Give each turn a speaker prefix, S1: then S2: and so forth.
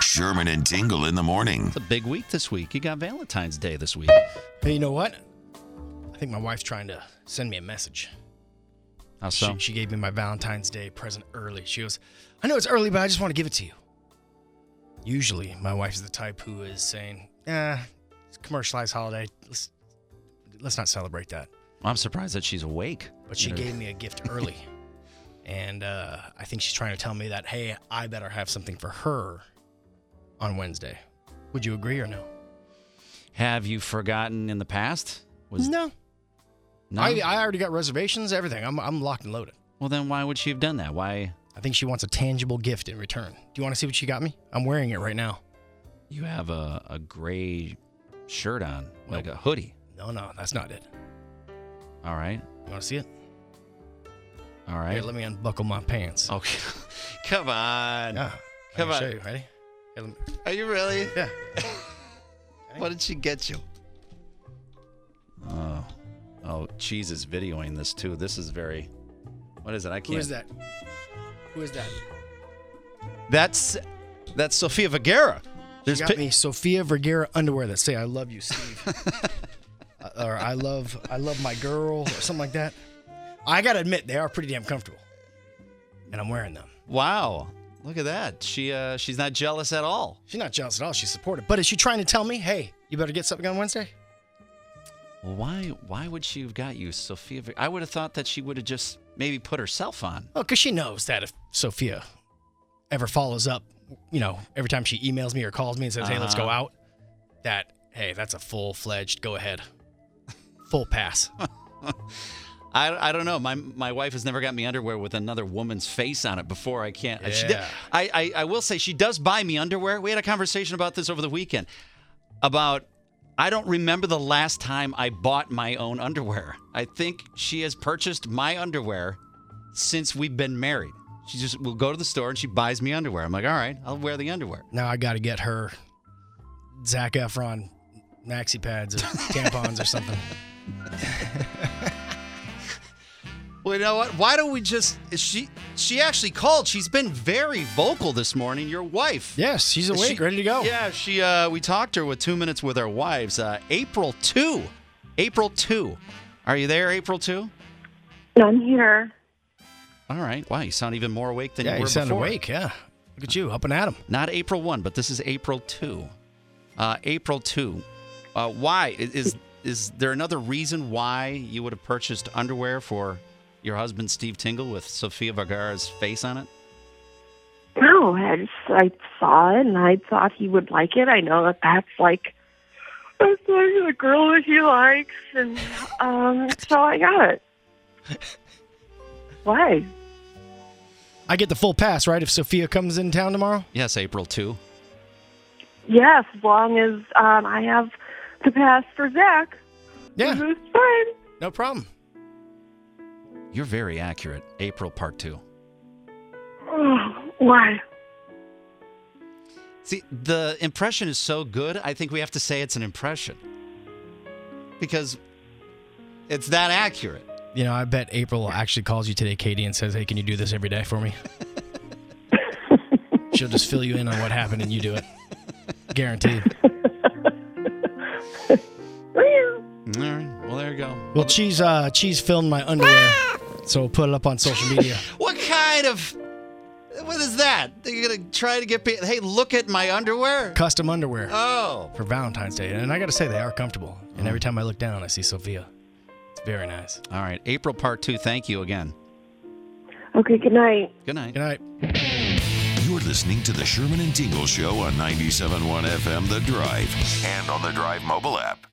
S1: Sherman and Tingle in the morning.
S2: It's a big week this week. You got Valentine's Day this week.
S3: Hey, you know what? I think my wife's trying to send me a message.
S2: How so?
S3: She, she gave me my Valentine's Day present early. She goes, I know it's early, but I just want to give it to you. Usually, my wife's the type who is saying, eh, it's a commercialized holiday. Let's, let's not celebrate that.
S2: I'm surprised that she's awake.
S3: But she
S2: You know,
S3: gave me a gift early. And uh, I think she's trying to tell me that, hey, I better have something for her on Wednesday. Would you agree or no?
S2: Have you forgotten in the past?
S3: no.
S2: no?
S3: I, I already got reservations, everything. I'm, I'm locked and loaded.
S2: well, then why would she have done that? Why
S3: I think she wants a tangible gift in return. Do you want to see what she got me? I'm wearing it right now.
S2: you have a, a gray shirt on, like a hoodie?
S3: No, no, that's not it.
S2: All right,
S3: You want to see it?
S2: all
S3: Here,
S2: right.
S3: let me unbuckle my pants.
S2: okay, come on.
S3: yeah.
S2: Come
S3: I'll show
S2: on.
S3: you. Ready? Here, let me-
S2: Are you really?
S3: yeah.
S1: What did she get you?
S2: Oh, oh, Cheese is videoing this too. This is very. What is it? I can't.
S3: Who is that? Who is that?
S2: That's that's Sofia Vergara.
S3: She
S2: There's
S3: got
S2: pi-
S3: me Sophia Vergara underwear that say "I love you, Steve," Uh, or "I love I love my girl" or something like that. I gotta admit, they are pretty damn comfortable, and I'm wearing them.
S2: Wow, look at that. She uh she's not jealous at all.
S3: She's not jealous at all. She's supportive. But is she trying to tell me, "Hey, you better get something on Wednesday"?
S2: Well, why why would she have got you Sophia? Ver- I would have thought that she would have just maybe put herself on.
S3: Oh, because she knows that if Sophia ever follows up, you know, every time she emails me or calls me and says, hey, let's go
S2: Uh-huh.
S3: out, that, hey, that's a full fledged go ahead, full pass.
S2: I, I don't know. My my wife has never got me underwear with another woman's face on it before. I can't. She did,
S3: Yeah.
S2: I, I I will say she does buy me underwear. We had a conversation about this over the weekend. About I don't remember the last time I bought my own underwear. I think she has purchased my underwear since we've been married. She just will go to the store and she buys me underwear. I'm like, all right, I'll wear the underwear.
S3: now I got to get her Zach Efron maxi pads or tampons or something.
S2: Well, you know what? Why don't we just? She she actually called. She's been very vocal this morning. Your wife.
S3: Yes, she's
S2: Is
S3: awake,
S2: she-
S3: ready to go.
S2: Yeah, she. Uh, we talked to her with two minutes with our wives. Uh, April two, April two. Are you there, April two?
S4: I'm here.
S2: All right. Wow, you sound even more awake than
S3: Yeah,
S2: you
S3: you
S2: were
S3: sound
S2: before.
S3: awake. Yeah. Look at you, up and at 'em.
S2: Not April one, but this is April two. Uh, April two. Uh, why I- is is there another reason why you would have purchased underwear for your husband Steve Tingle with Sofia Vergara's face on it?
S4: No, I just I saw it and I thought he would like it. I know that that's like that's like the girl that he likes, and um, so I got it. Why?
S3: I get the full pass, right? If Sophia comes in town tomorrow?
S2: Yes, April two.
S4: Yes, as long as um, I have the pass for Zach,
S2: Mm-hmm.
S3: Yeah,
S4: who's fine.
S3: no problem.
S2: You're very accurate. April part two.
S4: Oh, why?
S2: See, the impression is so good, I think we have to say it's an impression. Because it's that accurate.
S3: You know, I bet April actually calls you today, Katie, and says, "Hey, can you do this every day for me?" She'll just fill you in on what happened, and you do it. Guaranteed.
S4: Well,
S2: All right. Well, there you go.
S3: Well, cheese, uh, cheese filmed my underwear, so we'll put it up on social media.
S2: What kind of. What is that? You're going to try to get people. Hey, look at my underwear?
S3: Custom underwear
S2: Oh.
S3: for Valentine's Day, and I gotta say they are comfortable. And every time I look down, I see Sophia. It's very nice.
S2: All right. April part two. Thank you again.
S4: Okay, good night.
S2: Good night.
S3: Good night.
S1: You're listening to the Sherman and Tingle Show on 97.1 FM The Drive and on the Drive mobile app.